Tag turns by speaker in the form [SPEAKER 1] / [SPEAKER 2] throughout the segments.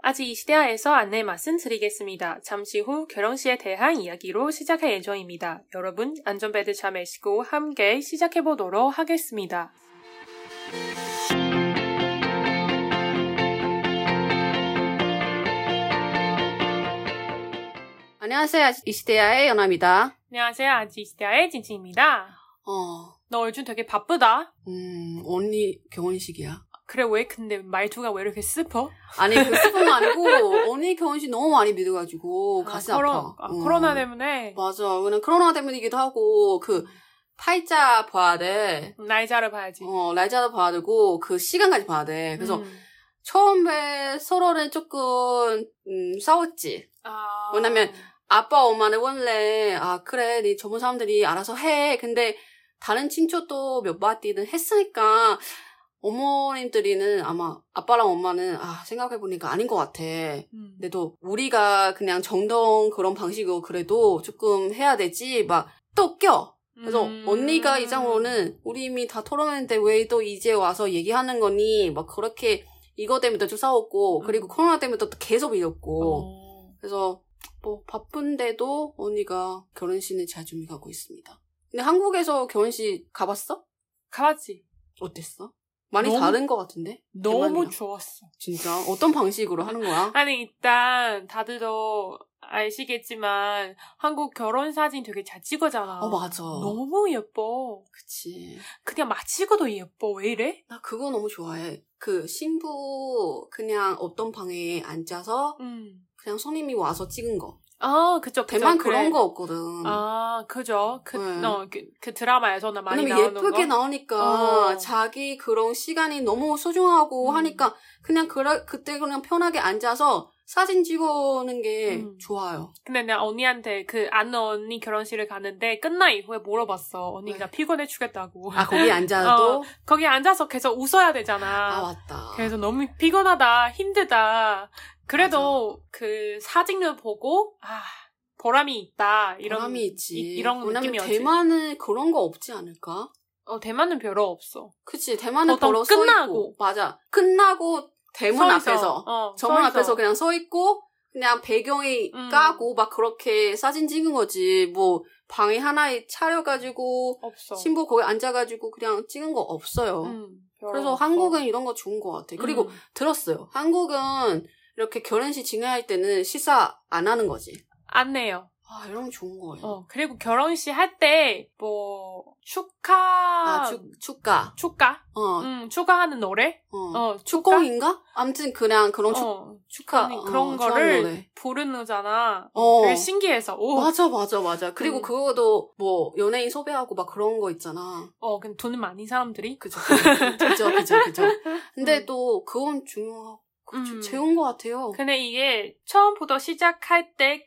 [SPEAKER 1] 아직 이시대아에서 안내 말씀드리겠습니다. 잠시 후 결혼시에 대한 이야기로 시작할 예정입니다. 여러분 안전벨트 잘 매시고 함께 시작해보도록 하겠습니다.
[SPEAKER 2] 안녕하세요. 이시대야의 연아입니다.
[SPEAKER 1] 안녕하세요. 아직 이시대아의 진진입니다.
[SPEAKER 2] 어,
[SPEAKER 1] 너 요즘 되게 바쁘다.
[SPEAKER 2] 음, 언니 결혼식이야.
[SPEAKER 1] 그래 왜 근데 말투가 왜 이렇게 슬퍼?
[SPEAKER 2] 아니, 그 슬픔 아니고, 언니 결혼식 너무 많이 믿어가지고, 어. 가슴 아,
[SPEAKER 1] 코로-
[SPEAKER 2] 파
[SPEAKER 1] 아, 코로나 때문에
[SPEAKER 2] 맞아. 그냥 코로나 때문이기도 하고, 그, 팔자 봐야 돼.
[SPEAKER 1] 음, 날짜를 봐야지.
[SPEAKER 2] 어, 날짜도 봐야 되고, 그 시간까지 봐야 돼. 그래서,
[SPEAKER 1] 음.
[SPEAKER 2] 처음에 서로는 조금, 음, 싸웠지.
[SPEAKER 1] 아...
[SPEAKER 2] 왜냐면 아빠 엄마는 원래 아 그래 네 전문 사람들이 알아서 해 근데 다른 친척도 몇 바디는 했으니까 어머님들이는 아마 아빠랑 엄마는 아 생각해보니까 아닌 것 같아
[SPEAKER 1] 음.
[SPEAKER 2] 근데도 우리가 그냥 정동 그런 방식으로 그래도 조금 해야 되지 막 또 껴 그래서
[SPEAKER 1] 음.
[SPEAKER 2] 언니가 이장으로는 우리 이미 다 토론했는데 왜 또 이제 와서 얘기하는 거니 막 그렇게 이거 때문에 또 싸웠고
[SPEAKER 1] 음.
[SPEAKER 2] 그리고 코로나 때문에 또 계속 이겼고
[SPEAKER 1] 어.
[SPEAKER 2] 그래서 뭐 바쁜데도 언니가 결혼식을 잘 준비하고 있습니다. 근데 한국에서 결혼식 가봤어?
[SPEAKER 1] 가봤지.
[SPEAKER 2] 어땠어? 많이
[SPEAKER 1] 너무-
[SPEAKER 2] 다른 것 같은데?
[SPEAKER 1] 너무
[SPEAKER 2] 대만이야.
[SPEAKER 1] 좋았어.
[SPEAKER 2] 진짜 어떤 방식으로 하는 거야?
[SPEAKER 1] 아니 일단 다들도 아시겠지만 한국 결혼 사진 되게 잘 찍어잖아.
[SPEAKER 2] 어 맞아.
[SPEAKER 1] 너무 예뻐.
[SPEAKER 2] 그치.
[SPEAKER 1] 그냥 막 찍어도 예뻐. 왜 이래?
[SPEAKER 2] 나 그거 너무 좋아해. 그 신부 그냥 어떤 방에 앉아서
[SPEAKER 1] 음.
[SPEAKER 2] 그냥 손님이 와서 찍은 거.
[SPEAKER 1] 아 그죠. 그죠.
[SPEAKER 2] 대만
[SPEAKER 1] 그래.
[SPEAKER 2] 그런 거 없거든.
[SPEAKER 1] 아 그죠. 그,
[SPEAKER 2] 네.
[SPEAKER 1] 어, 그, 그 드라마에서나 많이
[SPEAKER 2] 왜냐면
[SPEAKER 1] 나오는
[SPEAKER 2] 예쁘게
[SPEAKER 1] 거.
[SPEAKER 2] 나오니까
[SPEAKER 1] 어.
[SPEAKER 2] 자기 그런 시간이 너무 소중하고
[SPEAKER 1] 음.
[SPEAKER 2] 하니까 그냥 그라, 그때 그냥 편하게 앉아서 사진 찍어오는 게
[SPEAKER 1] 음.
[SPEAKER 2] 좋아요.
[SPEAKER 1] 근데 내가 언니한테 그 아는 언니 결혼식을 가는데 끝나 이후에 물어봤어. 언니가 피곤해 죽겠다고.
[SPEAKER 2] 네. 아 거기 앉아도
[SPEAKER 1] 거기 앉아서 계속 웃어야
[SPEAKER 2] 아
[SPEAKER 1] 어. 되잖아.
[SPEAKER 2] 맞다.
[SPEAKER 1] 그래서 너무 피곤하다, 힘들다. 그래도 그 사진을 보고 아 보람이 있다 이런
[SPEAKER 2] 보람이 있지.
[SPEAKER 1] 이, 런
[SPEAKER 2] 왜냐면
[SPEAKER 1] 느낌이었지.
[SPEAKER 2] 대만은 그런 거 없지 않을까?
[SPEAKER 1] 어 대만은 별로 없어.
[SPEAKER 2] 그치 대만은
[SPEAKER 1] 보통
[SPEAKER 2] 걸어
[SPEAKER 1] 끝나고.
[SPEAKER 2] 서 있고 맞아 끝나고 대문
[SPEAKER 1] 서 있어.
[SPEAKER 2] 앞에서
[SPEAKER 1] 어,
[SPEAKER 2] 정문
[SPEAKER 1] 서 있어.
[SPEAKER 2] 앞에서 그냥 서 있고 그냥 배경에
[SPEAKER 1] 음.
[SPEAKER 2] 까고 막 그렇게 사진 찍은 거지 뭐 방에 하나에 차려가지고
[SPEAKER 1] 없어.
[SPEAKER 2] 신부 거기 앉아가지고 그냥 찍은 거 없어요.
[SPEAKER 1] 음, 별로
[SPEAKER 2] 그래서
[SPEAKER 1] 없어.
[SPEAKER 2] 한국은 이런 거 좋은 것 같아. 그리고
[SPEAKER 1] 음.
[SPEAKER 2] 들었어요. 한국은 이렇게 결혼식 진행할 때는 시사 안 하는 거지.
[SPEAKER 1] 안 내요.
[SPEAKER 2] 아, 이런 거 좋은 거예요.
[SPEAKER 1] 어 그리고 결혼식 할 때 뭐 축하
[SPEAKER 2] 아, 축, 축가.
[SPEAKER 1] 축가
[SPEAKER 2] 어,
[SPEAKER 1] 음 축가하는 노래
[SPEAKER 2] 어.
[SPEAKER 1] 어 축가?
[SPEAKER 2] 축공인가? 아무튼 그냥 그런 축,
[SPEAKER 1] 어,
[SPEAKER 2] 축하.
[SPEAKER 1] 그런-
[SPEAKER 2] 어,
[SPEAKER 1] 그런
[SPEAKER 2] 좋아하는
[SPEAKER 1] 거를
[SPEAKER 2] 노래.
[SPEAKER 1] 부르는잖아.
[SPEAKER 2] 어.
[SPEAKER 1] 되게 신기해서 오
[SPEAKER 2] 맞아, 맞아, 맞아. 그리고
[SPEAKER 1] 음.
[SPEAKER 2] 그거도 뭐, 연예인 섭외하고 막 그런 거 있잖아.
[SPEAKER 1] 어, 근데 돈 많이 사람들이?
[SPEAKER 2] 그죠. 그죠, 그죠, 그죠. 근데
[SPEAKER 1] 음.
[SPEAKER 2] 또, 그건 중요하고,
[SPEAKER 1] 음.
[SPEAKER 2] 재운 것 같아요.
[SPEAKER 1] 근데 이게 처음부터 시작할 때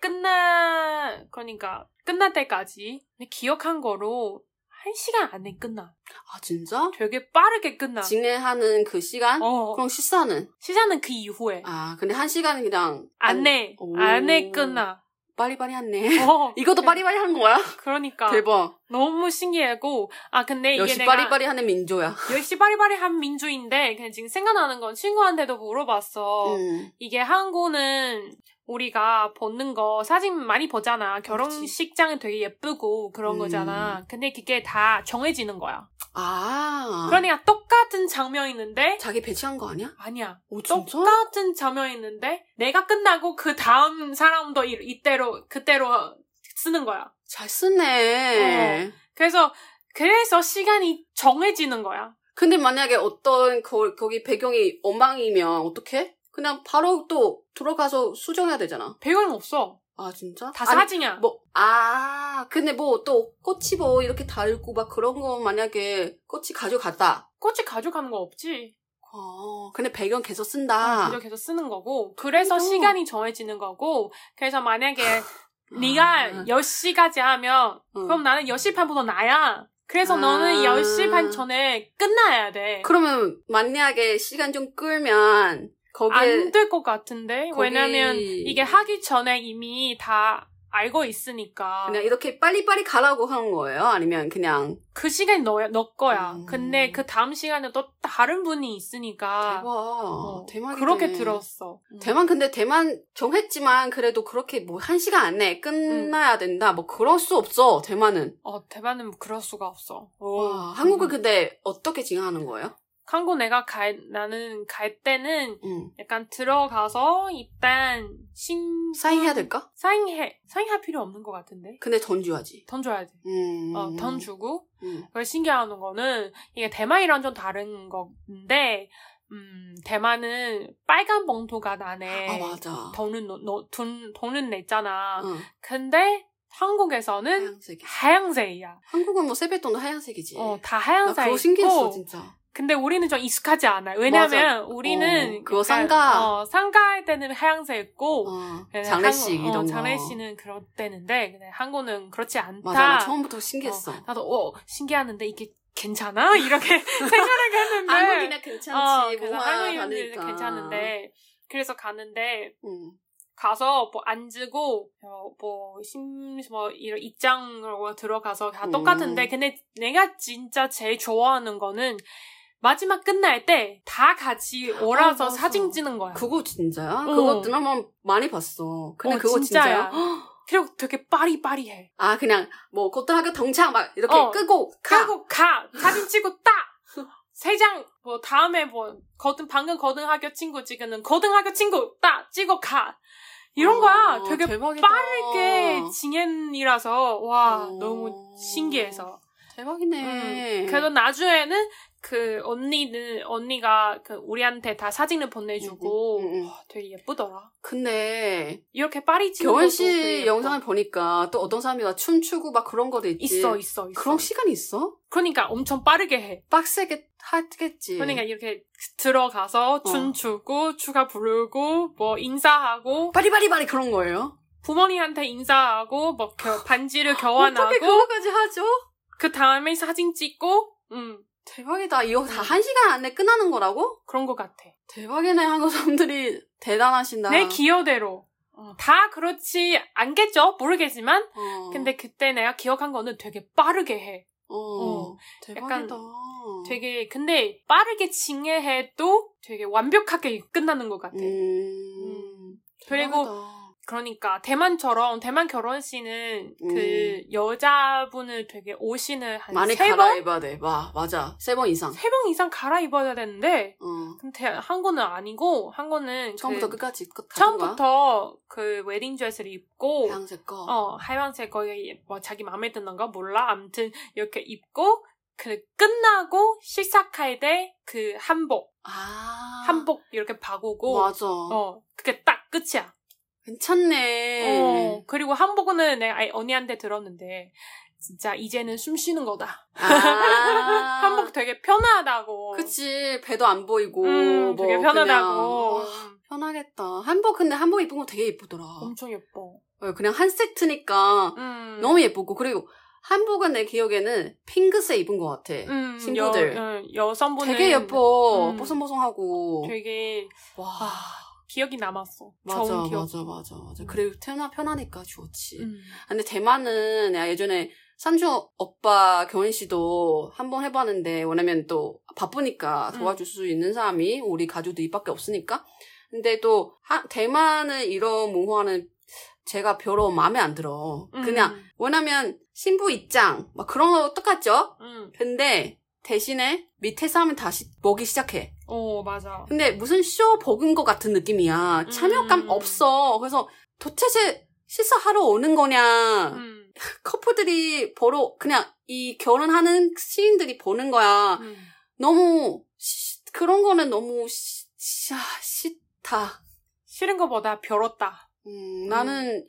[SPEAKER 1] 끝나, 그러니까 끝날 때까지 기억한 거로 한 시간 안에 끝나.
[SPEAKER 2] 아, 진짜?
[SPEAKER 1] 되게 빠르게 끝나.
[SPEAKER 2] 진행하는 그 시간?
[SPEAKER 1] 아. 어,
[SPEAKER 2] 그럼 식사는?
[SPEAKER 1] 시작은 그 이후에.
[SPEAKER 2] 아, 근데 한 시간은 그냥.
[SPEAKER 1] 안에,
[SPEAKER 2] 오.
[SPEAKER 1] 안에 끝나.
[SPEAKER 2] 빠리빠리 했네.
[SPEAKER 1] 어,
[SPEAKER 2] 이것도
[SPEAKER 1] 그-
[SPEAKER 2] 빠리빠리 하는 거야?
[SPEAKER 1] 그러니까.
[SPEAKER 2] 대박.
[SPEAKER 1] 너무 신기하고. 아, 근데 이게
[SPEAKER 2] 역시
[SPEAKER 1] 내가.
[SPEAKER 2] 빠리빠리 하는 민조야.
[SPEAKER 1] 역시 빠리빠리 한 민주인데, 그냥 지금 생각나는 건 친구한테도 물어봤어.
[SPEAKER 2] 음.
[SPEAKER 1] 이게 한국은 우리가 보는 거 사진 많이 보잖아. 결혼식장은 되게 예쁘고 그런
[SPEAKER 2] 음.
[SPEAKER 1] 거잖아. 근데 그게 다 정해지는 거야.
[SPEAKER 2] 아.
[SPEAKER 1] 그러니까 똑같은 장면이 있는데
[SPEAKER 2] 자기 배치한 거 아니야?
[SPEAKER 1] 아니야.
[SPEAKER 2] 오, 진짜?
[SPEAKER 1] 똑같은 장면이 있는데 내가 끝나고 그 다음 사람도 이, 이때로 그때로 쓰는 거야.
[SPEAKER 2] 잘 쓰네.
[SPEAKER 1] 어. 그래서 그래서 시간이 정해지는 거야.
[SPEAKER 2] 근데 만약에 어떤 거, 거기 배경이 엉망이면 어떡해? 그냥 바로 또 들어가서 수정해야 되잖아.
[SPEAKER 1] 배경 없어.
[SPEAKER 2] 아, 진짜?
[SPEAKER 1] 다
[SPEAKER 2] 아니,
[SPEAKER 1] 사진이야.
[SPEAKER 2] 뭐, 아, 근데 뭐 또 꽃이 뭐 이렇게 달고 막 그런 거 만약에 꽃이 가져갔다.
[SPEAKER 1] 꽃이 가져가는 거 없지.
[SPEAKER 2] 어, 근데 배경 계속 쓴다.
[SPEAKER 1] 그래서 계속 쓰는 거고 그래서
[SPEAKER 2] 아. 그래요?
[SPEAKER 1] 시간이 정해지는 거고 그래서 만약에
[SPEAKER 2] 아.
[SPEAKER 1] 네가 10시까지 하면
[SPEAKER 2] 응.
[SPEAKER 1] 그럼 나는 10시 반부터 나야 그래서
[SPEAKER 2] 아.
[SPEAKER 1] 너는 10시 반 전에 끝나야 돼
[SPEAKER 2] 그러면 만약에 시간 좀 끌면 거기에
[SPEAKER 1] 안 될 것 같은데
[SPEAKER 2] 거기-
[SPEAKER 1] 왜냐면 이게 하기 전에 이미 다 알고 있으니까
[SPEAKER 2] 그냥 이렇게 빨리빨리 가라고 하는 거예요? 아니면 그냥
[SPEAKER 1] 그 시간이 너, 너 거야.
[SPEAKER 2] 음.
[SPEAKER 1] 근데 그 다음 시간에 또 다른 분이 있으니까
[SPEAKER 2] 대박
[SPEAKER 1] 어,
[SPEAKER 2] 대만
[SPEAKER 1] 그렇게 들었어. 음.
[SPEAKER 2] 대만 근데 대만 정했지만 그래도 그렇게 뭐 한 시간 안에
[SPEAKER 1] 음.
[SPEAKER 2] 끝나야 된다 뭐 그럴 수 없어 대만은
[SPEAKER 1] 어, 대만은 그럴 수가 없어.
[SPEAKER 2] 와그 한국은
[SPEAKER 1] 음.
[SPEAKER 2] 근데 어떻게 진행하는 거예요?
[SPEAKER 1] 한국 내가 갈 나는 갈 때는
[SPEAKER 2] 음.
[SPEAKER 1] 약간 들어가서 일단 신
[SPEAKER 2] 사인해야 될까?
[SPEAKER 1] 사인해 사인할 필요 없는 것 같은데
[SPEAKER 2] 근데 돈 줘야지
[SPEAKER 1] 던져야 돼.
[SPEAKER 2] 음.
[SPEAKER 1] 어, 돈 주고
[SPEAKER 2] 음.
[SPEAKER 1] 그걸 신기하는 거는 이게 대만이랑 좀 다른 건데 음 대만은 빨간 봉투가 나네.
[SPEAKER 2] 아 어. 맞아
[SPEAKER 1] 돈은 노- 노- 돈 돈은 냈잖아.
[SPEAKER 2] 응.
[SPEAKER 1] 근데 한국에서는
[SPEAKER 2] 하얀색이
[SPEAKER 1] 하얀색이야.
[SPEAKER 2] 한국은 뭐 세뱃돈도 하얀색이지
[SPEAKER 1] 어, 다
[SPEAKER 2] 나
[SPEAKER 1] 하얀색이고.
[SPEAKER 2] 그거 신기했어 진짜
[SPEAKER 1] 근데 우리는 좀 익숙하지 않아. 요 왜냐면 우리는
[SPEAKER 2] 어, 그거
[SPEAKER 1] 약간,
[SPEAKER 2] 상가.
[SPEAKER 1] 어, 상가할 때는 하얀색이고
[SPEAKER 2] 어,
[SPEAKER 1] 그냥
[SPEAKER 2] 장례식
[SPEAKER 1] 한국- 어,
[SPEAKER 2] 이런 거
[SPEAKER 1] 장례식은 그럴 때는데 근데 한국은 그렇지 않다.
[SPEAKER 2] 맞아 나 처음부터 신기했어
[SPEAKER 1] 어, 나도 어 신기하는데 이게 괜찮아? 이렇게 생각을 했는데
[SPEAKER 2] 한국이나
[SPEAKER 1] 어,
[SPEAKER 2] 아, 괜찮지
[SPEAKER 1] 그래서
[SPEAKER 2] 뭐가
[SPEAKER 1] 한국인은
[SPEAKER 2] 다르니까.
[SPEAKER 1] 괜찮은데 그래서 가는데
[SPEAKER 2] 음.
[SPEAKER 1] 가서 뭐 앉고 어, 뭐 심, 뭐 이런 입장으로 들어가서 다
[SPEAKER 2] 음.
[SPEAKER 1] 똑같은데 근데 내가 진짜 제일 좋아하는 거는 마지막 끝날 때 다 같이
[SPEAKER 2] 아,
[SPEAKER 1] 오라서
[SPEAKER 2] 맞아.
[SPEAKER 1] 사진 찍는 거야.
[SPEAKER 2] 그거 진짜야?
[SPEAKER 1] 어.
[SPEAKER 2] 그거 드라마 많이 봤어. 근데
[SPEAKER 1] 어,
[SPEAKER 2] 그거
[SPEAKER 1] 진짜야.
[SPEAKER 2] 진짜야?
[SPEAKER 1] 그리고 되게 빠리빠리해.
[SPEAKER 2] 아 그냥 뭐 고등학교 동창 막 이렇게
[SPEAKER 1] 어.
[SPEAKER 2] 끄고 가.
[SPEAKER 1] 그리고 가 사진 찍고 딱 세 장, 뭐, 다음에 뭐, 거든, 방금 거등학교 친구 찍은 거등학교 친구, 딱, 찍어 가. 이런 거야.
[SPEAKER 2] 어,
[SPEAKER 1] 되게
[SPEAKER 2] 대박이다.
[SPEAKER 1] 빠르게 진행이라서, 와,
[SPEAKER 2] 어.
[SPEAKER 1] 너무 신기해서.
[SPEAKER 2] 대박이네.
[SPEAKER 1] 음, 그래서 나중에는 그 언니는 언니가 그 우리한테 다 사진을 보내주고
[SPEAKER 2] 음, 음, 음.
[SPEAKER 1] 와, 되게 예쁘더라.
[SPEAKER 2] 근데
[SPEAKER 1] 이렇게 파리 찍는
[SPEAKER 2] 교원
[SPEAKER 1] 것도
[SPEAKER 2] 씨
[SPEAKER 1] 되게 예뻐.
[SPEAKER 2] 영상을 보니까 또 어떤 사람이 막 춤추고 막 그런 거도 있지.
[SPEAKER 1] 있어 있어 있어.
[SPEAKER 2] 그런 시간이 있어?
[SPEAKER 1] 그러니까 엄청 빠르게 해.
[SPEAKER 2] 빡세게 하겠지.
[SPEAKER 1] 그러니까 이렇게 들어가서 춤추고 추가 부르고 뭐 인사하고
[SPEAKER 2] 바리바리바리 그런 거예요?
[SPEAKER 1] 부모님한테 인사하고 뭐 겨- 반지를
[SPEAKER 2] 아, 어떻게
[SPEAKER 1] 교환하고
[SPEAKER 2] 그거까지 하죠?
[SPEAKER 1] 그 다음에 사진 찍고 음
[SPEAKER 2] 대박이다. 이거 다 한 시간 안에 끝나는 거라고?
[SPEAKER 1] 그런 것 같아.
[SPEAKER 2] 대박이네 한국 사람들이 대단하신다.
[SPEAKER 1] 내 기여대로. 어, 다 그렇지 않겠죠? 모르겠지만
[SPEAKER 2] 어.
[SPEAKER 1] 근데 그때 내가 기억한 거는 되게 빠르게 해.
[SPEAKER 2] 어,
[SPEAKER 1] 어,
[SPEAKER 2] 대박이다.
[SPEAKER 1] 되게 근데 빠르게 진행해도 되게 완벽하게 끝나는 것 같아.
[SPEAKER 2] 음,
[SPEAKER 1] 그리고
[SPEAKER 2] 대박이다.
[SPEAKER 1] 그러니까 대만처럼 대만 결혼식은 그 여자분을 되게 옷을
[SPEAKER 2] 음. 많이
[SPEAKER 1] 한세 번,
[SPEAKER 2] 갈아입어야 돼. 와, 맞아. 세 번 이상.
[SPEAKER 1] 세 번 이상 갈아입어야 되는데
[SPEAKER 2] 어.
[SPEAKER 1] 근데 한국은 아니고 한국은
[SPEAKER 2] 처음부터
[SPEAKER 1] 그,
[SPEAKER 2] 끝까지 끝
[SPEAKER 1] 처음부터 그 웨딩 드레스를 입고
[SPEAKER 2] 양색 거.
[SPEAKER 1] 어, 하얀색 거에 뭐 자기 마음에 드는 거 몰라. 아무튼 이렇게 입고 그 끝나고 시작할 때 그 한복,
[SPEAKER 2] 아.
[SPEAKER 1] 한복 이렇게 바꾸고
[SPEAKER 2] 맞아.
[SPEAKER 1] 어, 그게 딱 끝이야.
[SPEAKER 2] 괜찮네.
[SPEAKER 1] 어, 그리고 한복은 내가 아예 언니한테 들었는데 진짜 이제는 숨 쉬는 거다.
[SPEAKER 2] 아.
[SPEAKER 1] 한복 되게 편하다고.
[SPEAKER 2] 그치. 배도 안 보이고.
[SPEAKER 1] 어. 음,
[SPEAKER 2] 뭐
[SPEAKER 1] 되게 편하다고.
[SPEAKER 2] 그냥, 와,
[SPEAKER 1] 음,
[SPEAKER 2] 편하겠다. 한복, 근데 한복 입은 거 되게 예쁘더라.
[SPEAKER 1] 엄청 예뻐.
[SPEAKER 2] 어, 그냥 한 세트니까
[SPEAKER 1] 음.
[SPEAKER 2] 너무 예쁘고. 그리고 한복은 내 기억에는 핑크색 입은 것 같아.
[SPEAKER 1] 음,
[SPEAKER 2] 친구들.
[SPEAKER 1] 여, 음, 여성분은
[SPEAKER 2] 되게 예뻐.
[SPEAKER 1] 음.
[SPEAKER 2] 뽀송뽀송하고.
[SPEAKER 1] 되게
[SPEAKER 2] 와.
[SPEAKER 1] 아, 기억이 남았어.
[SPEAKER 2] 맞아,
[SPEAKER 1] 좋은 기억.
[SPEAKER 2] 맞아, 맞아, 맞아.
[SPEAKER 1] 음.
[SPEAKER 2] 그리고 태어나 편하니까 좋지.
[SPEAKER 1] 음.
[SPEAKER 2] 근데 대만은 내가 예전에 삼촌 오빠 경은 씨도 한번 해봤는데 왜냐면 또 바쁘니까
[SPEAKER 1] 음.
[SPEAKER 2] 도와줄 수 있는 사람이 우리 가족도 이밖에 없으니까. 근데 또 하- 대만은 이런 문화는 제가 별로 마음에 안 들어.
[SPEAKER 1] 음.
[SPEAKER 2] 그냥 왜냐면 신부 입장 막 그런 거 똑같죠.
[SPEAKER 1] 음.
[SPEAKER 2] 근데 대신에 밑에 사람은 다시 먹기 시작해.
[SPEAKER 1] 오, 어, 맞아.
[SPEAKER 2] 근데 무슨 쇼 버그인 것 같은 느낌이야. 참여감
[SPEAKER 1] 음.
[SPEAKER 2] 없어. 그래서 도대체 시사하러 오는 거냐.
[SPEAKER 1] 음.
[SPEAKER 2] 커플들이 보러 그냥 이 결혼하는 시인들이 보는 거야.
[SPEAKER 1] 음.
[SPEAKER 2] 너무 시- 그런 거는 너무 시, 시, 싫다.
[SPEAKER 1] 싫은 거보다 별었다.
[SPEAKER 2] 음, 나는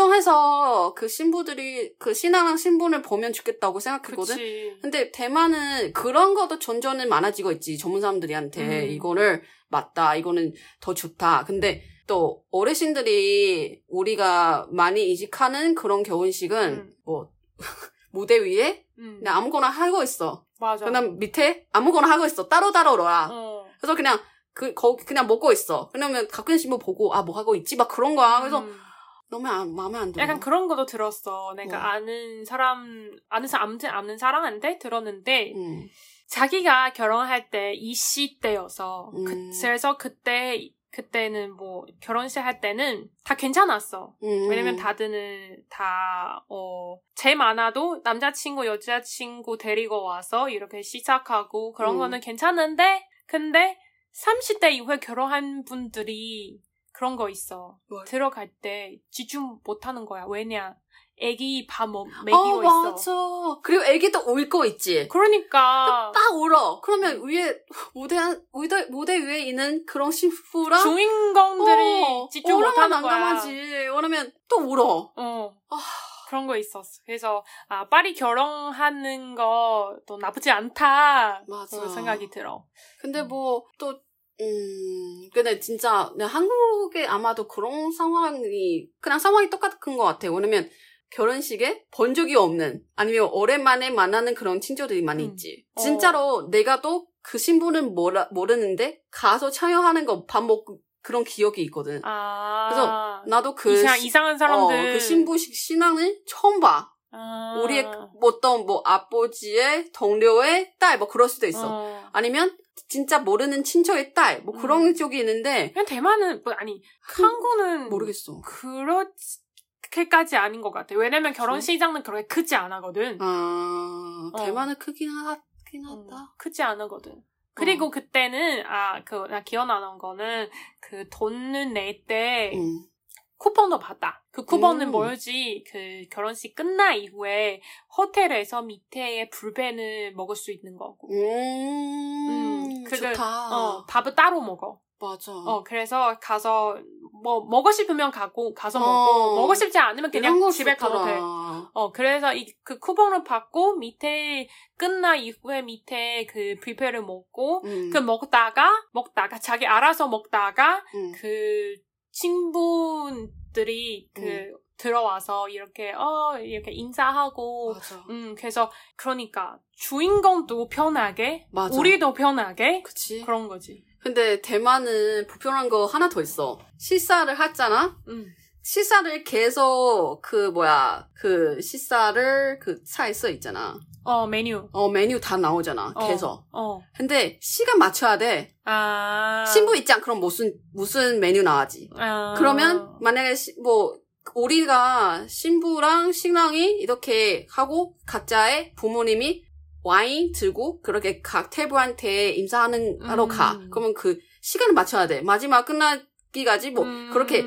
[SPEAKER 2] 지정해서 그 신부들이 그 신랑 신분을 보면 좋겠다고 생각했거든.
[SPEAKER 1] 그치.
[SPEAKER 2] 근데 대만은 그런 것도 존재는 많아지고 있지. 전문 사람들이한테
[SPEAKER 1] 음.
[SPEAKER 2] 이거를 맞다. 이거는 더 좋다. 근데 또 어르신들이 우리가 많이 이식하는 그런 결혼식은
[SPEAKER 1] 음.
[SPEAKER 2] 뭐 무대 위에
[SPEAKER 1] 음.
[SPEAKER 2] 그냥 아무거나 하고 있어.
[SPEAKER 1] 맞아.
[SPEAKER 2] 그다음 밑에 아무거나 하고 있어. 따로 따로 놀아.
[SPEAKER 1] 어.
[SPEAKER 2] 그래서 그냥 그 거기 그냥 먹고 있어. 왜냐면 가끔씩 뭐 보고 아 뭐 하고 있지 막 그런 거야. 그래서
[SPEAKER 1] 음.
[SPEAKER 2] 너무 안, 마음에 안 들어.
[SPEAKER 1] 약간 그런 것도 들었어. 그러니까
[SPEAKER 2] 어.
[SPEAKER 1] 아는 사람, 아는 사람, 아무튼 아는 사람한테 들었는데,
[SPEAKER 2] 음.
[SPEAKER 1] 자기가 결혼할 때 20 대여서, 그-
[SPEAKER 2] 음.
[SPEAKER 1] 그래서 그때, 그때는 뭐, 결혼식 할 때는 다 괜찮았어.
[SPEAKER 2] 음.
[SPEAKER 1] 왜냐면 다들은 다, 어, 제일 많아도 남자친구, 여자친구 데리고 와서 이렇게 시작하고 그런
[SPEAKER 2] 음.
[SPEAKER 1] 거는 괜찮은데, 근데 30대 이후에 결혼한 분들이 그런 거 있어.
[SPEAKER 2] 뭘?
[SPEAKER 1] 들어갈 때 집중 못 하는 거야. 왜냐? 애기 밥 먹- 먹이고
[SPEAKER 2] 어,
[SPEAKER 1] 있어.
[SPEAKER 2] 맞아. 그리고 애기 또 울 거 있지.
[SPEAKER 1] 그러니까
[SPEAKER 2] 딱 울어. 그러면 위에 무대 한- 무대 무대 위에 있는 그런 신부랑
[SPEAKER 1] 주인공들이
[SPEAKER 2] 어,
[SPEAKER 1] 집중 못
[SPEAKER 2] 오르면
[SPEAKER 1] 하는 거야.
[SPEAKER 2] 난감하지. 왜냐면 또 울어.
[SPEAKER 1] 어.
[SPEAKER 2] 아.
[SPEAKER 1] 그런 거 있었어. 그래서 아 빨리 결혼하는 것도 나쁘지 않다.
[SPEAKER 2] 맞아.
[SPEAKER 1] 그런 생각이 들어.
[SPEAKER 2] 근데 뭐 또 음, 근데 진짜 내 한국에 아마도 그런 상황이 그냥 상황이 똑같은 것 같아. 왜냐면 결혼식에 본 적이 없는 아니면 오랜만에 만나는 그런 친구들이 많이
[SPEAKER 1] 음.
[SPEAKER 2] 있지.
[SPEAKER 1] 어.
[SPEAKER 2] 진짜로 내가 또 그 신부는 몰라, 모르는데 가서 참여하는 거 밥 먹고 그런 기억이 있거든.
[SPEAKER 1] 아.
[SPEAKER 2] 나도 그
[SPEAKER 1] 이상,
[SPEAKER 2] 시-
[SPEAKER 1] 이상한
[SPEAKER 2] 어,
[SPEAKER 1] 사람들.
[SPEAKER 2] 그 신부식 신앙을 처음 봐.
[SPEAKER 1] 아.
[SPEAKER 2] 우리의 뭐 어떤 뭐 아버지의 동료의 딸 뭐 그럴 수도 있어.
[SPEAKER 1] 어.
[SPEAKER 2] 아니면 진짜 모르는 친척의 딸 뭐 그런
[SPEAKER 1] 음.
[SPEAKER 2] 쪽이 있는데
[SPEAKER 1] 그냥 대만은 뭐, 아니 한국은
[SPEAKER 2] 모르겠어.
[SPEAKER 1] 그렇게까지 아닌 것 같아. 왜냐면 결혼식장은 그렇게 크지 않아거든.
[SPEAKER 2] 아
[SPEAKER 1] 어.
[SPEAKER 2] 대만은 크긴 하긴
[SPEAKER 1] 음,
[SPEAKER 2] 하다. 어.
[SPEAKER 1] 크지 않아거든. 그리고 그때는 아 그 나 기억나는 거는 그 돈을 낼 때
[SPEAKER 2] 음.
[SPEAKER 1] 쿠폰도 받다. 그 쿠폰은
[SPEAKER 2] 음.
[SPEAKER 1] 뭐였지? 그 결혼식 끝나 이후에 호텔에서 밑에 불배는 먹을 수 있는 거고. 음,
[SPEAKER 2] 음,
[SPEAKER 1] 그걸-
[SPEAKER 2] 좋다.
[SPEAKER 1] 어, 밥은 따로 먹어.
[SPEAKER 2] 맞아.
[SPEAKER 1] 어, 그래서 가서 뭐 먹고 싶으면 가고 가서
[SPEAKER 2] 어.
[SPEAKER 1] 먹고 먹고 싶지 않으면
[SPEAKER 2] 이런
[SPEAKER 1] 그냥
[SPEAKER 2] 거
[SPEAKER 1] 집에 가도
[SPEAKER 2] 좋더라.
[SPEAKER 1] 돼. 어, 그래서 이, 그 쿠폰을 받고 밑에 끝나 이후에 밑에 그 뷔페를 먹고
[SPEAKER 2] 음,
[SPEAKER 1] 그 먹다가 먹다가 자기 알아서 먹다가
[SPEAKER 2] 음.
[SPEAKER 1] 그 친분들이 그
[SPEAKER 2] 음.
[SPEAKER 1] 들어와서 이렇게 어 이렇게 인사하고
[SPEAKER 2] 맞아.
[SPEAKER 1] 음 그래서 그러니까 주인공도 편하게
[SPEAKER 2] 맞아.
[SPEAKER 1] 우리도 편하게
[SPEAKER 2] 그치.
[SPEAKER 1] 그런 거지.
[SPEAKER 2] 근데 대만은 불편한 거 하나 더 있어. 실사를 하잖아.
[SPEAKER 1] 음.
[SPEAKER 2] 실사를 계속 그 뭐야 그 실사를 그 차에 써 있잖아.
[SPEAKER 1] 어 메뉴.
[SPEAKER 2] 어 메뉴 다 나오잖아.
[SPEAKER 1] 어.
[SPEAKER 2] 계속.
[SPEAKER 1] 어.
[SPEAKER 2] 근데 시간 맞춰야 돼.
[SPEAKER 1] 아.
[SPEAKER 2] 신부 입장 그럼 무슨 무슨 메뉴 나와지.
[SPEAKER 1] 아.
[SPEAKER 2] 그러면 만약에 시- 뭐 우리가 신부랑 신랑이 이렇게 하고 각자의 부모님이 와인 들고 그렇게 각 테이블한테 임사하는 하러 가.
[SPEAKER 1] 음.
[SPEAKER 2] 그러면 그 시간을 맞춰야 돼. 마지막 끝나기까지 뭐
[SPEAKER 1] 음.
[SPEAKER 2] 그렇게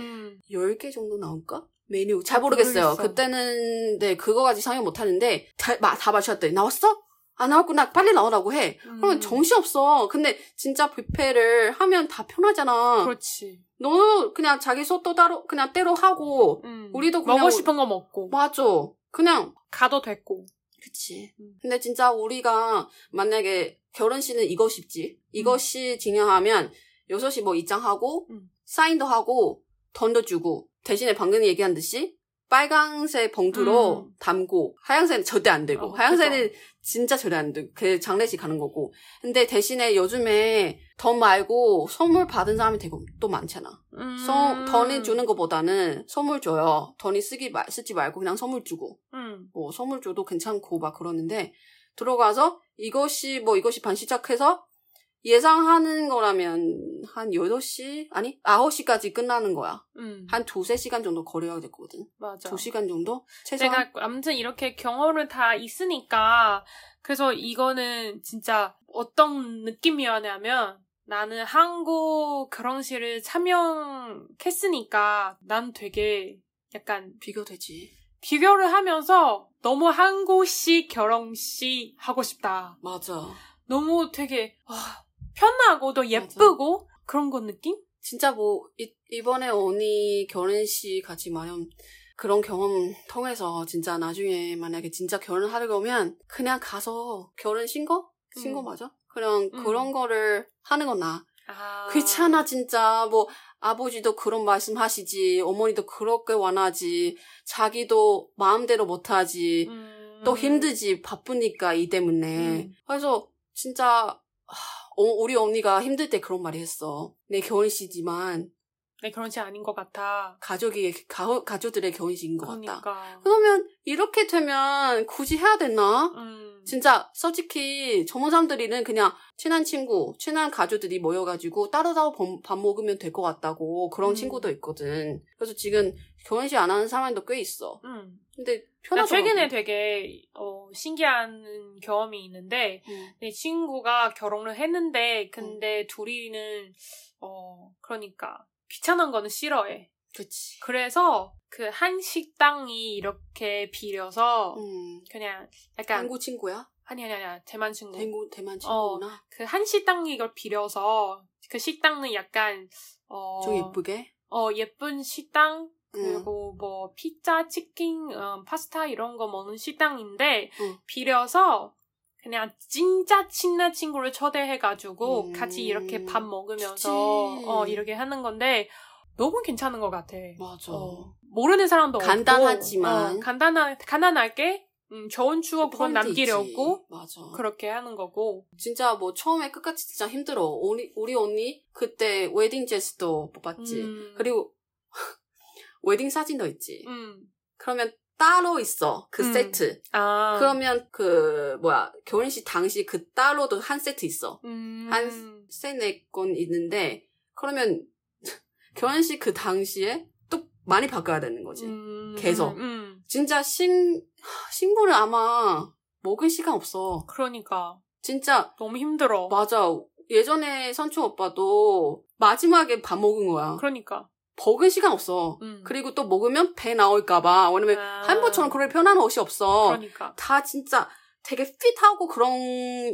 [SPEAKER 2] 10개 정도 나올까? 메뉴 잘 모르겠어요.
[SPEAKER 1] 모르겠어.
[SPEAKER 2] 그때는 네 그거까지 상영 못 하는데 다, 마- 다 맞췄대. 나왔어? 안 나왔구나. 빨리 나오라고 해.
[SPEAKER 1] 음.
[SPEAKER 2] 그러면 정신없어. 근데 진짜 뷔페를 하면 다 편하잖아.
[SPEAKER 1] 그렇지.
[SPEAKER 2] 너는 그냥 자기 소또 따로, 그냥 때로 하고.
[SPEAKER 1] 음.
[SPEAKER 2] 우리도 그냥 뭐-
[SPEAKER 1] 먹고
[SPEAKER 2] 우리-
[SPEAKER 1] 싶은 거 먹고
[SPEAKER 2] 맞아. 그냥.
[SPEAKER 1] 가도 됐고.
[SPEAKER 2] 그치.
[SPEAKER 1] 음.
[SPEAKER 2] 근데 진짜 우리가 만약에 결혼식은 이것이지. 이것이 진행하면 6시 뭐 입장하고,
[SPEAKER 1] 음.
[SPEAKER 2] 사인도 하고, 돈도 주고. 대신에 방금 얘기한 듯이 빨강색 봉투로
[SPEAKER 1] 음.
[SPEAKER 2] 담고, 하얀색은 절대 안 되고,
[SPEAKER 1] 어,
[SPEAKER 2] 하얀색은 진짜 절대 안 되고, 그 장례식 가는 거고. 근데 대신에 요즘에 돈 말고 선물 받은 사람이 되게 또 많잖아.
[SPEAKER 1] 음.
[SPEAKER 2] 소, 돈이 주는 것보다는 선물 줘요. 돈이 쓰기 마- 쓰지 말고 그냥 선물 주고
[SPEAKER 1] 음.
[SPEAKER 2] 뭐 선물 줘도 괜찮고 막 그러는데 들어가서 이것이 뭐 이것이 반 시작해서 예상하는 거라면 한 8시 아니 9시까지 끝나는 거야.
[SPEAKER 1] 음.
[SPEAKER 2] 한 두세 시간 정도 걸어야 됐거든.
[SPEAKER 1] 맞아.
[SPEAKER 2] 두시간 정도? 최소한
[SPEAKER 1] 제가 아무튼 이렇게 경험을 다 있으니까 그래서 이거는 진짜 어떤 느낌이었냐면 나는 한국 결혼식을 참여했으니까 난 되게 약간
[SPEAKER 2] 비교되지.
[SPEAKER 1] 비교를 하면서 너무 한국식 결혼식 하고 싶다.
[SPEAKER 2] 맞아.
[SPEAKER 1] 너무 되게 아, 편하고 또 예쁘고 그런 건 느낌?
[SPEAKER 2] 진짜 뭐 이, 이번에 언니 결혼식 같이 마련 그런 경험 통해서 진짜 나중에 만약에 진짜 결혼하려면 그냥 가서 결혼 신고 신고
[SPEAKER 1] 음.
[SPEAKER 2] 맞아? 그냥
[SPEAKER 1] 음.
[SPEAKER 2] 그런 거를 하는 건 나.
[SPEAKER 1] 아.
[SPEAKER 2] 귀찮아 진짜 뭐 아버지도 그런 말씀하시지 어머니도 그렇게 원하지 자기도 마음대로 못하지
[SPEAKER 1] 음.
[SPEAKER 2] 또 힘들지 바쁘니까 이 때문에
[SPEAKER 1] 음.
[SPEAKER 2] 그래서 진짜 하, 어, 우리 언니가 힘들 때 그런 말이 했어 내 결혼식이지만
[SPEAKER 1] 내 결혼식 네, 아닌 것 같아.
[SPEAKER 2] 가족이 가, 가족들의 결혼식인 것 같다.
[SPEAKER 1] 그러니까.
[SPEAKER 2] 그러면 이렇게 되면 굳이 해야 되나?
[SPEAKER 1] 음.
[SPEAKER 2] 진짜 솔직히 젊은 사람들이는 그냥 친한 친구, 친한 가족들이 모여가지고 따로따로 밥- 밥 먹으면 될 것 같다고 그런
[SPEAKER 1] 음.
[SPEAKER 2] 친구도 있거든. 그래서 지금 결혼식 안 하는 사람도 꽤 있어.
[SPEAKER 1] 음.
[SPEAKER 2] 근데
[SPEAKER 1] 나
[SPEAKER 2] 편하더라고.
[SPEAKER 1] 최근에 되게 어, 신기한 경험이 있는데
[SPEAKER 2] 음.
[SPEAKER 1] 내 친구가 결혼을 했는데 근데 둘이는 어 그러니까 귀찮은 거는 싫어해.
[SPEAKER 2] 그치.
[SPEAKER 1] 그래서 그 한 식당이 이렇게 빌려서
[SPEAKER 2] 음.
[SPEAKER 1] 그냥 약간
[SPEAKER 2] 한국 음. 친구야?
[SPEAKER 1] 아니 아니 아니 대만 친구
[SPEAKER 2] 대구, 대만 친구구나.
[SPEAKER 1] 그 한 식당이 이걸 빌려서 그 식당은 약간 어,
[SPEAKER 2] 좀 예쁘게. 음.
[SPEAKER 1] 어 예쁜 식당
[SPEAKER 2] 응.
[SPEAKER 1] 그리고 뭐 피자, 치킨, 어, 파스타 이런 거 먹는 식당인데
[SPEAKER 2] 응.
[SPEAKER 1] 빌려서 그냥 진짜 친한 친구를 초대해가지고
[SPEAKER 2] 음,
[SPEAKER 1] 같이 이렇게 밥 먹으면서
[SPEAKER 2] 좋지.
[SPEAKER 1] 어, 이렇게 하는 건데 너무 괜찮은 것 같아.
[SPEAKER 2] 맞아.
[SPEAKER 1] 어, 모르는 사람도 없고,
[SPEAKER 2] 간단하지만.
[SPEAKER 1] 어, 간단하 간단하게 음, 좋은 추억 그건
[SPEAKER 2] 포인트 있지. 어.
[SPEAKER 1] 남기려고
[SPEAKER 2] 맞아.
[SPEAKER 1] 그렇게 하는 거고.
[SPEAKER 2] 진짜 뭐 처음에 끝까지 진짜 힘들어. 우리, 우리 언니 그때 웨딩 제스도 뽑았지.
[SPEAKER 1] 음,
[SPEAKER 2] 그리고 웨딩 사진도 있지.
[SPEAKER 1] 음,
[SPEAKER 2] 그러면 따로 있어 그
[SPEAKER 1] 음.
[SPEAKER 2] 세트.
[SPEAKER 1] 아
[SPEAKER 2] 그러면 그 뭐야 결혼식 당시 그 따로도 한 세트 있어.
[SPEAKER 1] 음,
[SPEAKER 2] 한 세네건 있는데 그러면 결혼식 그 당시에 또 많이 바꿔야 되는 거지.
[SPEAKER 1] 음,
[SPEAKER 2] 계속.
[SPEAKER 1] 음, 음.
[SPEAKER 2] 진짜 신 신부를 아마 먹을 시간 없어.
[SPEAKER 1] 그러니까
[SPEAKER 2] 진짜
[SPEAKER 1] 너무 힘들어.
[SPEAKER 2] 맞아. 예전에 선초 오빠도 마지막에 밥 먹은 거야.
[SPEAKER 1] 그러니까.
[SPEAKER 2] 먹을 시간 없어.
[SPEAKER 1] 음.
[SPEAKER 2] 그리고 또 먹으면 배 나올까봐. 왜냐면
[SPEAKER 1] 아.
[SPEAKER 2] 한복처럼 그럴 편한 옷이 없어.
[SPEAKER 1] 그러니까.
[SPEAKER 2] 다 진짜 되게 핏하고 그런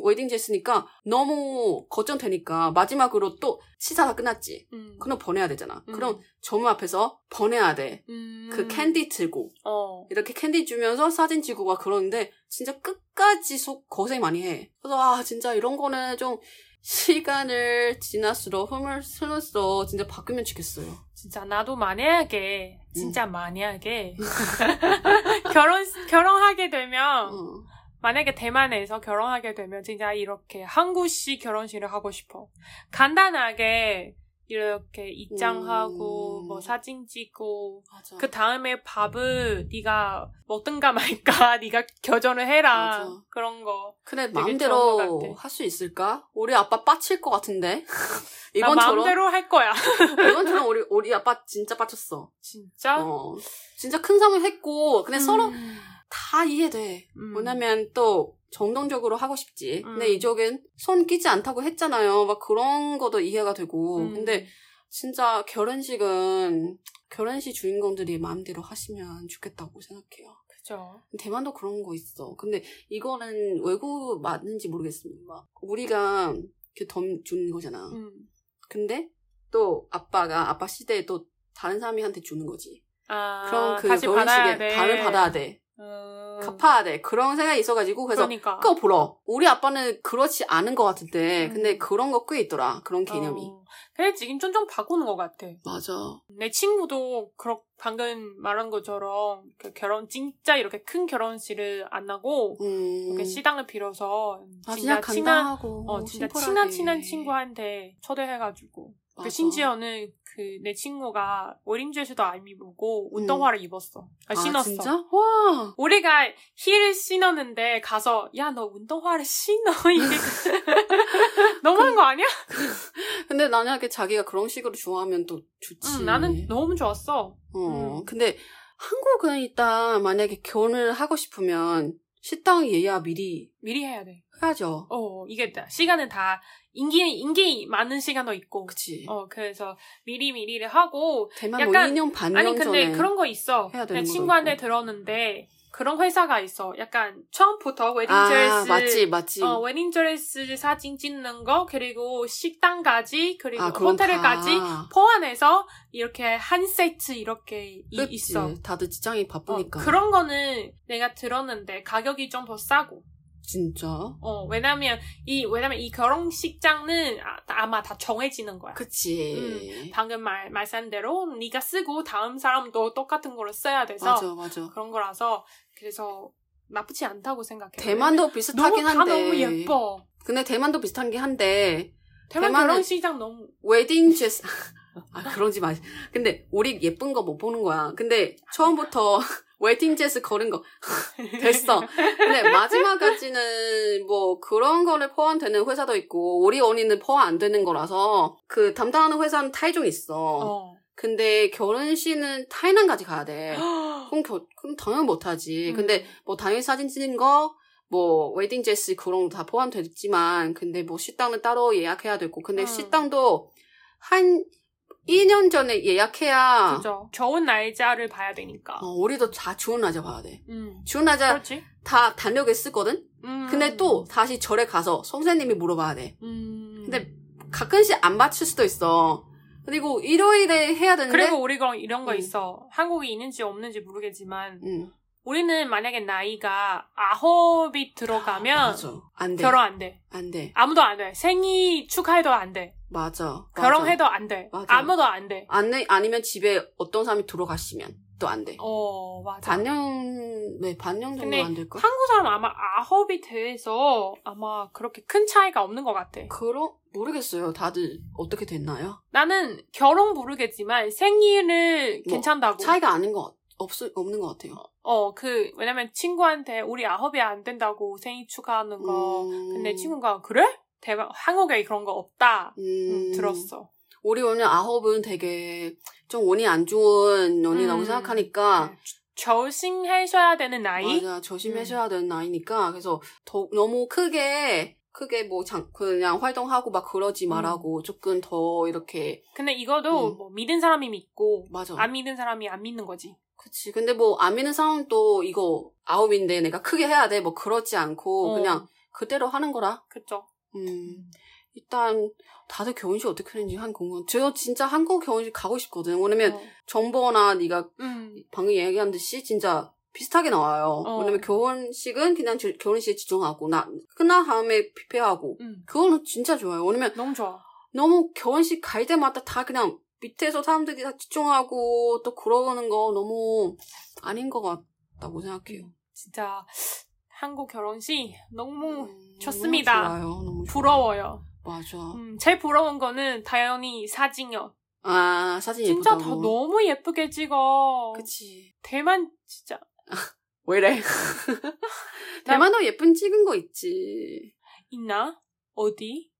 [SPEAKER 2] 웨딩 드레스니까 너무 걱정되니까 마지막으로 또 시사 다 끝났지.
[SPEAKER 1] 음.
[SPEAKER 2] 그럼 보내야 되잖아.
[SPEAKER 1] 음.
[SPEAKER 2] 그럼 점 앞에서 보내야 돼.
[SPEAKER 1] 음.
[SPEAKER 2] 그 캔디 들고
[SPEAKER 1] 어.
[SPEAKER 2] 이렇게 캔디 주면서 사진 찍고 막 그러는데 진짜 끝까지 속 고생 많이 해. 그래서 아 진짜 이런 거는 좀 시간을 지날수록 흠을 쓸수록 진짜 바꾸면 좋겠어요.
[SPEAKER 1] 진짜 나도 만약에
[SPEAKER 2] 음.
[SPEAKER 1] 진짜 만약에 결혼 결혼하게 되면
[SPEAKER 2] 응.
[SPEAKER 1] 만약에 대만에서 결혼하게 되면 진짜 이렇게 한국식 결혼식을 하고 싶어. 간단하게 이렇게 입장하고
[SPEAKER 2] 음. 어.
[SPEAKER 1] 뭐 사진 찍고
[SPEAKER 2] 맞아.
[SPEAKER 1] 그 다음에 밥을 네가 먹든가 말까 네가 결정을 해라
[SPEAKER 2] 맞아.
[SPEAKER 1] 그런 거.
[SPEAKER 2] 근데
[SPEAKER 1] 좋은 것
[SPEAKER 2] 마음대로
[SPEAKER 1] 같아.
[SPEAKER 2] 할 수 있을까? 우리 아빠 빠칠 것 같은데.
[SPEAKER 1] 나
[SPEAKER 2] 이번처럼
[SPEAKER 1] 마음대로 할 거야.
[SPEAKER 2] 이번처럼 우리 우리 아빠 진짜 빠쳤어.
[SPEAKER 1] 진짜?
[SPEAKER 2] 어. 진짜 큰 삶을 했고 근데 서로 다 이해돼.
[SPEAKER 1] 음.
[SPEAKER 2] 왜냐면 또 정동적으로 하고 싶지. 근데
[SPEAKER 1] 음.
[SPEAKER 2] 이쪽엔 손 끼지 않다고 했잖아요. 막 그런 것도 이해가 되고.
[SPEAKER 1] 음.
[SPEAKER 2] 뭐 근데 진짜 결혼식은 결혼식 주인공들이 마음대로 하시면 좋겠다고 생각해요.
[SPEAKER 1] 그죠.
[SPEAKER 2] 대만도 그런 거 있어. 근데 이거는 외국 맞는지 모르겠습니다. 우리가 그덤 주는 거잖아.
[SPEAKER 1] 음.
[SPEAKER 2] 근데 또 아빠가 아빠 시대에 또 다른 사람한테 주는 거지.
[SPEAKER 1] 아,
[SPEAKER 2] 그럼 그
[SPEAKER 1] 다시 받아야 돼.
[SPEAKER 2] 결혼식에 반을 받아야 돼.
[SPEAKER 1] 음,
[SPEAKER 2] 갚아야 돼. 그런 생각이 있어가지고 그래서
[SPEAKER 1] 그러니까.
[SPEAKER 2] 그거 보러. 우리 아빠는 그렇지 않은 것 같은데
[SPEAKER 1] 음.
[SPEAKER 2] 근데 그런 거 꽤 있더라. 그런 개념이.
[SPEAKER 1] 어. 근데 지금 점점 바꾸는 것 같아.
[SPEAKER 2] 맞아.
[SPEAKER 1] 내 친구도 그렇 방금 말한 것처럼 그 결혼 진짜 이렇게 큰 결혼식을 안 하고
[SPEAKER 2] 음.
[SPEAKER 1] 이렇게 그러니까 시당을 빌어서
[SPEAKER 2] 아,
[SPEAKER 1] 친한
[SPEAKER 2] 진짜 간단하고
[SPEAKER 1] 어 진짜
[SPEAKER 2] 심플하게.
[SPEAKER 1] 친한 친한 친구한테 초대해가지고 그
[SPEAKER 2] 맞아.
[SPEAKER 1] 심지어는 그 내 친구가 오렌지에서도 안 입고 운동화를 입었어 아,
[SPEAKER 2] 아,
[SPEAKER 1] 신었어
[SPEAKER 2] 진짜? 와.
[SPEAKER 1] 우리가 힐을 신었는데 가서 야 너 운동화를 신어 이게 너무한 거 아니야?
[SPEAKER 2] 근데 만약에 자기가 그런 식으로 좋아하면 또 좋지.
[SPEAKER 1] 응, 나는 너무 좋았어.
[SPEAKER 2] 어,
[SPEAKER 1] 음.
[SPEAKER 2] 근데 한국은 일단 만약에 결혼을 하고 싶으면 식당 예약 미리
[SPEAKER 1] 미리 해야 돼.
[SPEAKER 2] 해야죠.
[SPEAKER 1] 어 이게 다- 시간은 다 인기 인기 많은 시간도 있고.
[SPEAKER 2] 그치.
[SPEAKER 1] 어 그래서 미리 미리를 하고
[SPEAKER 2] 대만
[SPEAKER 1] 약간-
[SPEAKER 2] 뭐 2년 반
[SPEAKER 1] 아니
[SPEAKER 2] 년
[SPEAKER 1] 근데
[SPEAKER 2] 전에.
[SPEAKER 1] 그런 거 있어.
[SPEAKER 2] 해야 되는
[SPEAKER 1] 내
[SPEAKER 2] 거도
[SPEAKER 1] 친구한테
[SPEAKER 2] 있고.
[SPEAKER 1] 들었는데 그런 회사가 있어. 약간 처음부터 웨딩
[SPEAKER 2] 아,
[SPEAKER 1] 드레스
[SPEAKER 2] 맞지, 맞지.
[SPEAKER 1] 어, 웨딩 드레스 사진 찍는 거, 그리고 식당까지, 그리고 뭐
[SPEAKER 2] 아, 그건
[SPEAKER 1] 호텔까지
[SPEAKER 2] 다.
[SPEAKER 1] 포함해서 이렇게 한 세트 이렇게 이-
[SPEAKER 2] 그치.
[SPEAKER 1] 있어.
[SPEAKER 2] 다들 직장이
[SPEAKER 1] 어,
[SPEAKER 2] 바쁘니까.
[SPEAKER 1] 그런 거는 내가 들었는데 가격이 좀 더 싸고.
[SPEAKER 2] 진짜.
[SPEAKER 1] 어, 왜냐면 이 왜냐면 이 결혼식장은 아, 마다 정해지는
[SPEAKER 2] 그
[SPEAKER 1] 거야.
[SPEAKER 2] 그치.
[SPEAKER 1] 방금 말 말한 대로 네가 쓰고 다음 사람도 똑같은 거를 써야 돼서
[SPEAKER 2] 맞아, 맞아.
[SPEAKER 1] 그런 거라서 그래서 나쁘지 않다고 생각해.
[SPEAKER 2] 대만도
[SPEAKER 1] 너무
[SPEAKER 2] 비슷하긴
[SPEAKER 1] 다
[SPEAKER 2] 한데.
[SPEAKER 1] 너무 예뻐.
[SPEAKER 2] 근데 대만도 비슷한 게 한데
[SPEAKER 1] 대만
[SPEAKER 2] 대만은-
[SPEAKER 1] 결혼식장 너무
[SPEAKER 2] 웨딩 드레스 아 그러지 마. 근데 우리 예쁜 거 못 보는 거야. 근데 처음부터 웨딩 드레스 걸은 거 됐어. 근데 마지막까지는 뭐 그런 거를 포함되는 회사도 있고 우리 언니는 포함 안 되는 거라서 그 담당하는 회사는 타이종 있어.
[SPEAKER 1] 어.
[SPEAKER 2] 근데 결혼식은 타이난까지 가야 돼. 그럼, 겨- 그럼 당연히 못하지. 네. 근데
[SPEAKER 1] 음,
[SPEAKER 2] 뭐 당연히 사진 찍는 거, 뭐 웨딩 드레스 그런 거 다 포함됐지만 근데 뭐 식당은 따로 예약해야 되고 근데
[SPEAKER 1] 음.
[SPEAKER 2] 식당도 한 1년 전에 예약해야
[SPEAKER 1] 그죠. 좋은 날짜를 봐야 되니까.
[SPEAKER 2] 어, 우리도 다 주운 날짜 봐야 돼.
[SPEAKER 1] 음.
[SPEAKER 2] 주운 날짜
[SPEAKER 1] 그렇지.
[SPEAKER 2] 다 단력에 쓰거든?
[SPEAKER 1] 음.
[SPEAKER 2] 근데 또 다시 절에 가서 선생님이 물어봐야 돼.
[SPEAKER 1] 음.
[SPEAKER 2] 근데 가끔씩 안 맞출 수도 있어. 그리고 일요일에 해야 되는데
[SPEAKER 1] 그리고 우리가 이런 거
[SPEAKER 2] 음.
[SPEAKER 1] 있어. 한국이 있는지 없는지 모르겠지만
[SPEAKER 2] 음,
[SPEAKER 1] 우리는 만약에 나이가 아홉이 뭐 들어가면
[SPEAKER 2] 맞아. 네. 안 돼.
[SPEAKER 1] 결혼 안 돼.
[SPEAKER 2] 안 돼.
[SPEAKER 1] 아무도 안 돼. 생일 축하해도 안 돼.
[SPEAKER 2] 맞아. 맞아.
[SPEAKER 1] 결혼해도 안 돼.
[SPEAKER 2] 맞아.
[SPEAKER 1] 아무도 안 돼.
[SPEAKER 2] 안 돼. 아니면 집에 어떤 사람이 들어가시면 또 안 돼.
[SPEAKER 1] 어, 맞아.
[SPEAKER 2] 반년, 네, 반년 정도
[SPEAKER 1] 근데
[SPEAKER 2] 안 될까?
[SPEAKER 1] 한국 사람 아마 아홉이 돼서 아마 그렇게 큰 차이가 없는 것 같아.
[SPEAKER 2] 그러, 모르겠어요. 다들 어떻게 됐나요?
[SPEAKER 1] 나는 결혼 모르겠지만 생일을
[SPEAKER 2] 뭐,
[SPEAKER 1] 괜찮다고.
[SPEAKER 2] 차이가 아닌 것, 같- 없, 없는 것 같아요.
[SPEAKER 1] 어, 그, 왜냐면 친구한테 우리 아홉이 안 된다고 생일 축하하는 거.
[SPEAKER 2] 음,
[SPEAKER 1] 어. 근데 친구가, 그래? 대만, 한국에 그런 거 없다. 음, 들었어.
[SPEAKER 2] 우리 오늘 아홉은 되게 좀 운이 안 좋은 언니라고
[SPEAKER 1] 음.
[SPEAKER 2] 생각하니까.
[SPEAKER 1] 조심하셔야 되는 나이? 음.
[SPEAKER 2] 맞아. 조심하셔야 되는 나이니까. 그래서 더, 너무 크게, 크게 뭐, 장, 그냥 활동하고 막
[SPEAKER 1] 음.
[SPEAKER 2] 그러지 말라고 조금 더 이렇게.
[SPEAKER 1] 근데 이거도
[SPEAKER 2] 음. 어.
[SPEAKER 1] 뭐 믿은 사람이 믿고,
[SPEAKER 2] 맞아.
[SPEAKER 1] 안 믿은 사람이 안 믿는 거지.
[SPEAKER 2] 그치. 근데 뭐, 안 믿는 사람도 이거 아홉인데 내가 크게 해야 돼. 뭐, 그러지 않고,
[SPEAKER 1] 어,
[SPEAKER 2] 그냥 그대로 하는 거라.
[SPEAKER 1] 그쵸.
[SPEAKER 2] 음, 일단 다들 결혼식 어떻게 하는지 한 궁금. 저 진짜 한국 결혼식 가고 싶거든. 왜냐면
[SPEAKER 1] 어.
[SPEAKER 2] 정보나 네가
[SPEAKER 1] 음,
[SPEAKER 2] 방금 얘기한 듯이 진짜 비슷하게 나와요.
[SPEAKER 1] 어.
[SPEAKER 2] 왜냐면 결혼식은 그냥 저- 결혼식에 지정하고 나 끝난 다음에 뷔페하고
[SPEAKER 1] 음.
[SPEAKER 2] 그거는 진짜 좋아요. 왜냐면
[SPEAKER 1] 너무 좋아.
[SPEAKER 2] 너무 결혼식 갈 때마다 다 그냥 밑에서 사람들이 다 집중하고 또 그러는 거 너무 아닌 것 같다고 생각해요.
[SPEAKER 1] 진짜, 한국 결혼식 너무
[SPEAKER 2] 음,
[SPEAKER 1] 좋습니다.
[SPEAKER 2] 너무 좋아요. 너무 좋아요.
[SPEAKER 1] 부러워요.
[SPEAKER 2] 맞아.
[SPEAKER 1] 음, 제일 부러운 거는 당연히 사진이요.
[SPEAKER 2] 아 사진 예쁘다.
[SPEAKER 1] 진짜 다 너무 예쁘게 찍어.
[SPEAKER 2] 그치.
[SPEAKER 1] 대만 진짜
[SPEAKER 2] 왜 이래? 대만어 예쁜 찍은 거 있지.
[SPEAKER 1] 있나? 어디?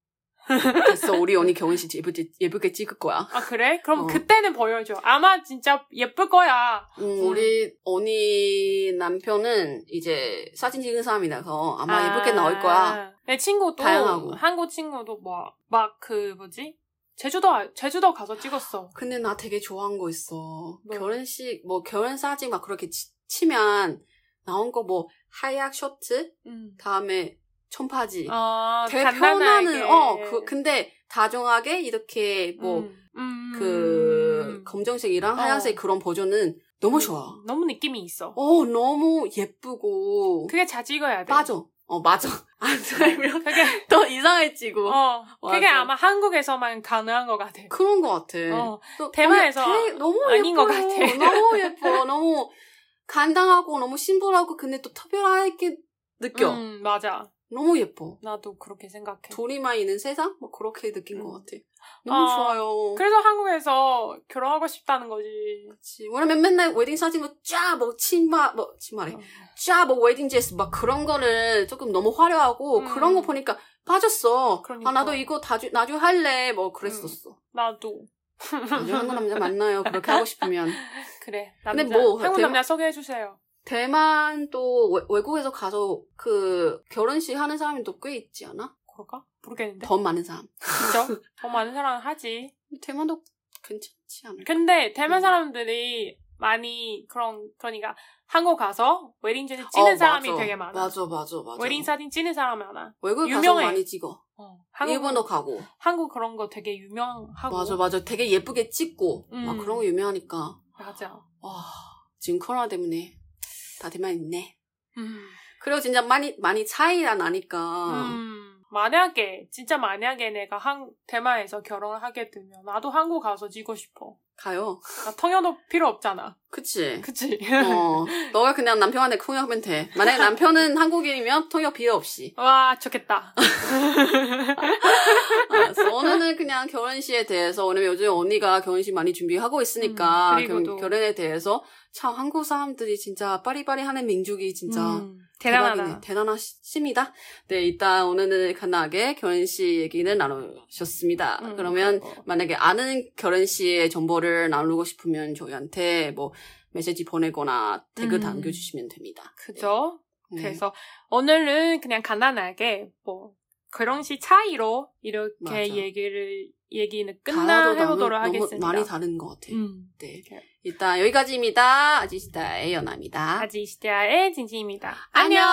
[SPEAKER 2] 됐어, 우리 언니 경은씨 예쁘게, 예쁘게 찍을 거야.
[SPEAKER 1] 아 그래? 그럼
[SPEAKER 2] 어.
[SPEAKER 1] 그때는 보여줘. 아마 진짜 예쁠 거야.
[SPEAKER 2] 음, 우리 언니 남편은 이제 사진 찍은 사람이라서 아마 예쁘게 나올 거야.
[SPEAKER 1] 내 친구도
[SPEAKER 2] 다양하고.
[SPEAKER 1] 한국 친구도 뭐막 그 뭐지? 제주도 아- 제주도 가서 찍었어.
[SPEAKER 2] 근데 나 되게 좋아한 거 있어.
[SPEAKER 1] 뭐?
[SPEAKER 2] 결혼식, 뭐 결혼 사진 막 그렇게 치, 치면 나온 거 뭐 하얀 셔츠,
[SPEAKER 1] 음.
[SPEAKER 2] 다음에 청바지.
[SPEAKER 1] 아
[SPEAKER 2] 되게
[SPEAKER 1] 간단하게.
[SPEAKER 2] 편안한, 어, 그, 근데 다정하게 이렇게 뭐
[SPEAKER 1] 음. 음.
[SPEAKER 2] 그 검정색이랑
[SPEAKER 1] 어.
[SPEAKER 2] 하얀색 그런 버전은 너무
[SPEAKER 1] 음.
[SPEAKER 2] 좋아.
[SPEAKER 1] 너무 느낌이 있어.
[SPEAKER 2] 어 너무 예쁘고
[SPEAKER 1] 그게 잘 찍어야 돼.
[SPEAKER 2] 빠져. 어 맞아. 안 살면
[SPEAKER 1] 그게
[SPEAKER 2] 더 이상해지고
[SPEAKER 1] 어 그게
[SPEAKER 2] 맞아.
[SPEAKER 1] 아마 한국에서만 가능한 것 같아.
[SPEAKER 2] 그런 것 같아.
[SPEAKER 1] 어,
[SPEAKER 2] 또
[SPEAKER 1] 대만에서
[SPEAKER 2] 거기 되게 너무
[SPEAKER 1] 아닌 것
[SPEAKER 2] 예뻐요.
[SPEAKER 1] 같아.
[SPEAKER 2] 너무 예뻐. 너무 간단하고 너무 심플하고 근데 또 특별하게 느껴.
[SPEAKER 1] 음, 맞아.
[SPEAKER 2] 너무 예뻐.
[SPEAKER 1] 나도 그렇게 생각해.
[SPEAKER 2] 둘이만 있는 세상? 뭐 그렇게 느낀
[SPEAKER 1] 음.
[SPEAKER 2] 것 같아. 너무
[SPEAKER 1] 어,
[SPEAKER 2] 좋아요.
[SPEAKER 1] 그래서 한국에서 결혼하고 싶다는 거지.
[SPEAKER 2] 그렇지. 왜냐면 맨날 웨딩 사진 뭐쫙뭐 치마 뭐 치마래.
[SPEAKER 1] 어.
[SPEAKER 2] 쫙, 뭐, 웨딩 드레스, 막 그런 거를 조금 너무 화려하고,
[SPEAKER 1] 음.
[SPEAKER 2] 그런 거 보니까 빠졌어.
[SPEAKER 1] 그러니까. 음.
[SPEAKER 2] 아, 나도 이거 다주, 나중에 할래. 뭐, 그랬었어.
[SPEAKER 1] 나도.
[SPEAKER 2] 나중에 한국 남자 만나요. 그렇게 하고 싶으면.
[SPEAKER 1] 그래. 남자,
[SPEAKER 2] 근데 뭐,
[SPEAKER 1] 한국
[SPEAKER 2] 대만-
[SPEAKER 1] 남자 소개해주세요.
[SPEAKER 2] 대만 또, 외- 외국에서 가서 그, 결혼식 하는 사람이 또 꽤 있지 않아?
[SPEAKER 1] 그럴까? 모르겠는데.
[SPEAKER 2] 돈 많은 사람.
[SPEAKER 1] 진짜? 더 많은 사람 하지.
[SPEAKER 2] 대만도 괜찮지 않을까?
[SPEAKER 1] 근데 대만
[SPEAKER 2] 음.
[SPEAKER 1] 사람들이 많이 그런, 그러니까 한국 가서 웨딩 사진 찍는
[SPEAKER 2] 어,
[SPEAKER 1] 사람이
[SPEAKER 2] 맞아.
[SPEAKER 1] 되게 많아.
[SPEAKER 2] 맞아, 맞아, 맞아.
[SPEAKER 1] 웨딩 사진 찍는 사람이 많아.
[SPEAKER 2] 외국 가서
[SPEAKER 1] 유명해.
[SPEAKER 2] 많이 찍어.
[SPEAKER 1] 어, 한국,
[SPEAKER 2] 일본도 가고.
[SPEAKER 1] 한국 그런 거 되게 유명하고.
[SPEAKER 2] 맞아, 맞아. 되게 예쁘게 찍고.
[SPEAKER 1] 음.
[SPEAKER 2] 막 그런 거 유명하니까.
[SPEAKER 1] 맞아.
[SPEAKER 2] 와, 지금 코로나 때문에 다 대만 있네.
[SPEAKER 1] 음.
[SPEAKER 2] 그리고 진짜 많이 많이 차이가 나니까
[SPEAKER 1] 음, 만약에 진짜 만약에 내가 한 대만에서 결혼하게 되면 나도 한국 가서 지고 싶어.
[SPEAKER 2] 가요.
[SPEAKER 1] 아, 통역도 필요 없잖아.
[SPEAKER 2] 그치?
[SPEAKER 1] 그치?
[SPEAKER 2] 어, 너가 그냥 남편한테 통역하면 돼. 만약에 남편은 한국인이면 통역 비요 없이.
[SPEAKER 1] 와, 좋겠다.
[SPEAKER 2] 알았어. 오늘은 아, 그냥 결혼식에 대해서, 왜냐면 요즘 언니가 결혼식 많이 준비하고 있으니까,
[SPEAKER 1] 음, 그리고도-
[SPEAKER 2] 결, 결혼에 대해서, 참 한국 사람들이 진짜 빠리빠리 하는 민족이 진짜
[SPEAKER 1] 음, 대단하다.
[SPEAKER 2] 대박이네. 대단하십니다. 네, 일단 오늘은 간단하게 결혼식 얘기는 나누셨습니다.
[SPEAKER 1] 음,
[SPEAKER 2] 그러면
[SPEAKER 1] 그거.
[SPEAKER 2] 만약에 아는 결혼식의 정보를 나누고 싶으면 저희한테 뭐 메시지 보내거나 태그
[SPEAKER 1] 음.
[SPEAKER 2] 남겨주시면 됩니다.
[SPEAKER 1] 그죠?
[SPEAKER 2] 네.
[SPEAKER 1] 그래서 오늘은 그냥 간단하게 뭐 결혼식 차이로 이렇게
[SPEAKER 2] 맞아.
[SPEAKER 1] 얘기를 얘기는 끝나
[SPEAKER 2] 단어도
[SPEAKER 1] 해보도록
[SPEAKER 2] 나누- 너무
[SPEAKER 1] 하겠습니다.
[SPEAKER 2] 많이 다른 것 같아요.
[SPEAKER 1] 음.
[SPEAKER 2] 네. 일단 여기까지입니다. 아지시다의 연아입니다.
[SPEAKER 1] 아지시대아의 진지입니다.
[SPEAKER 2] 안녕!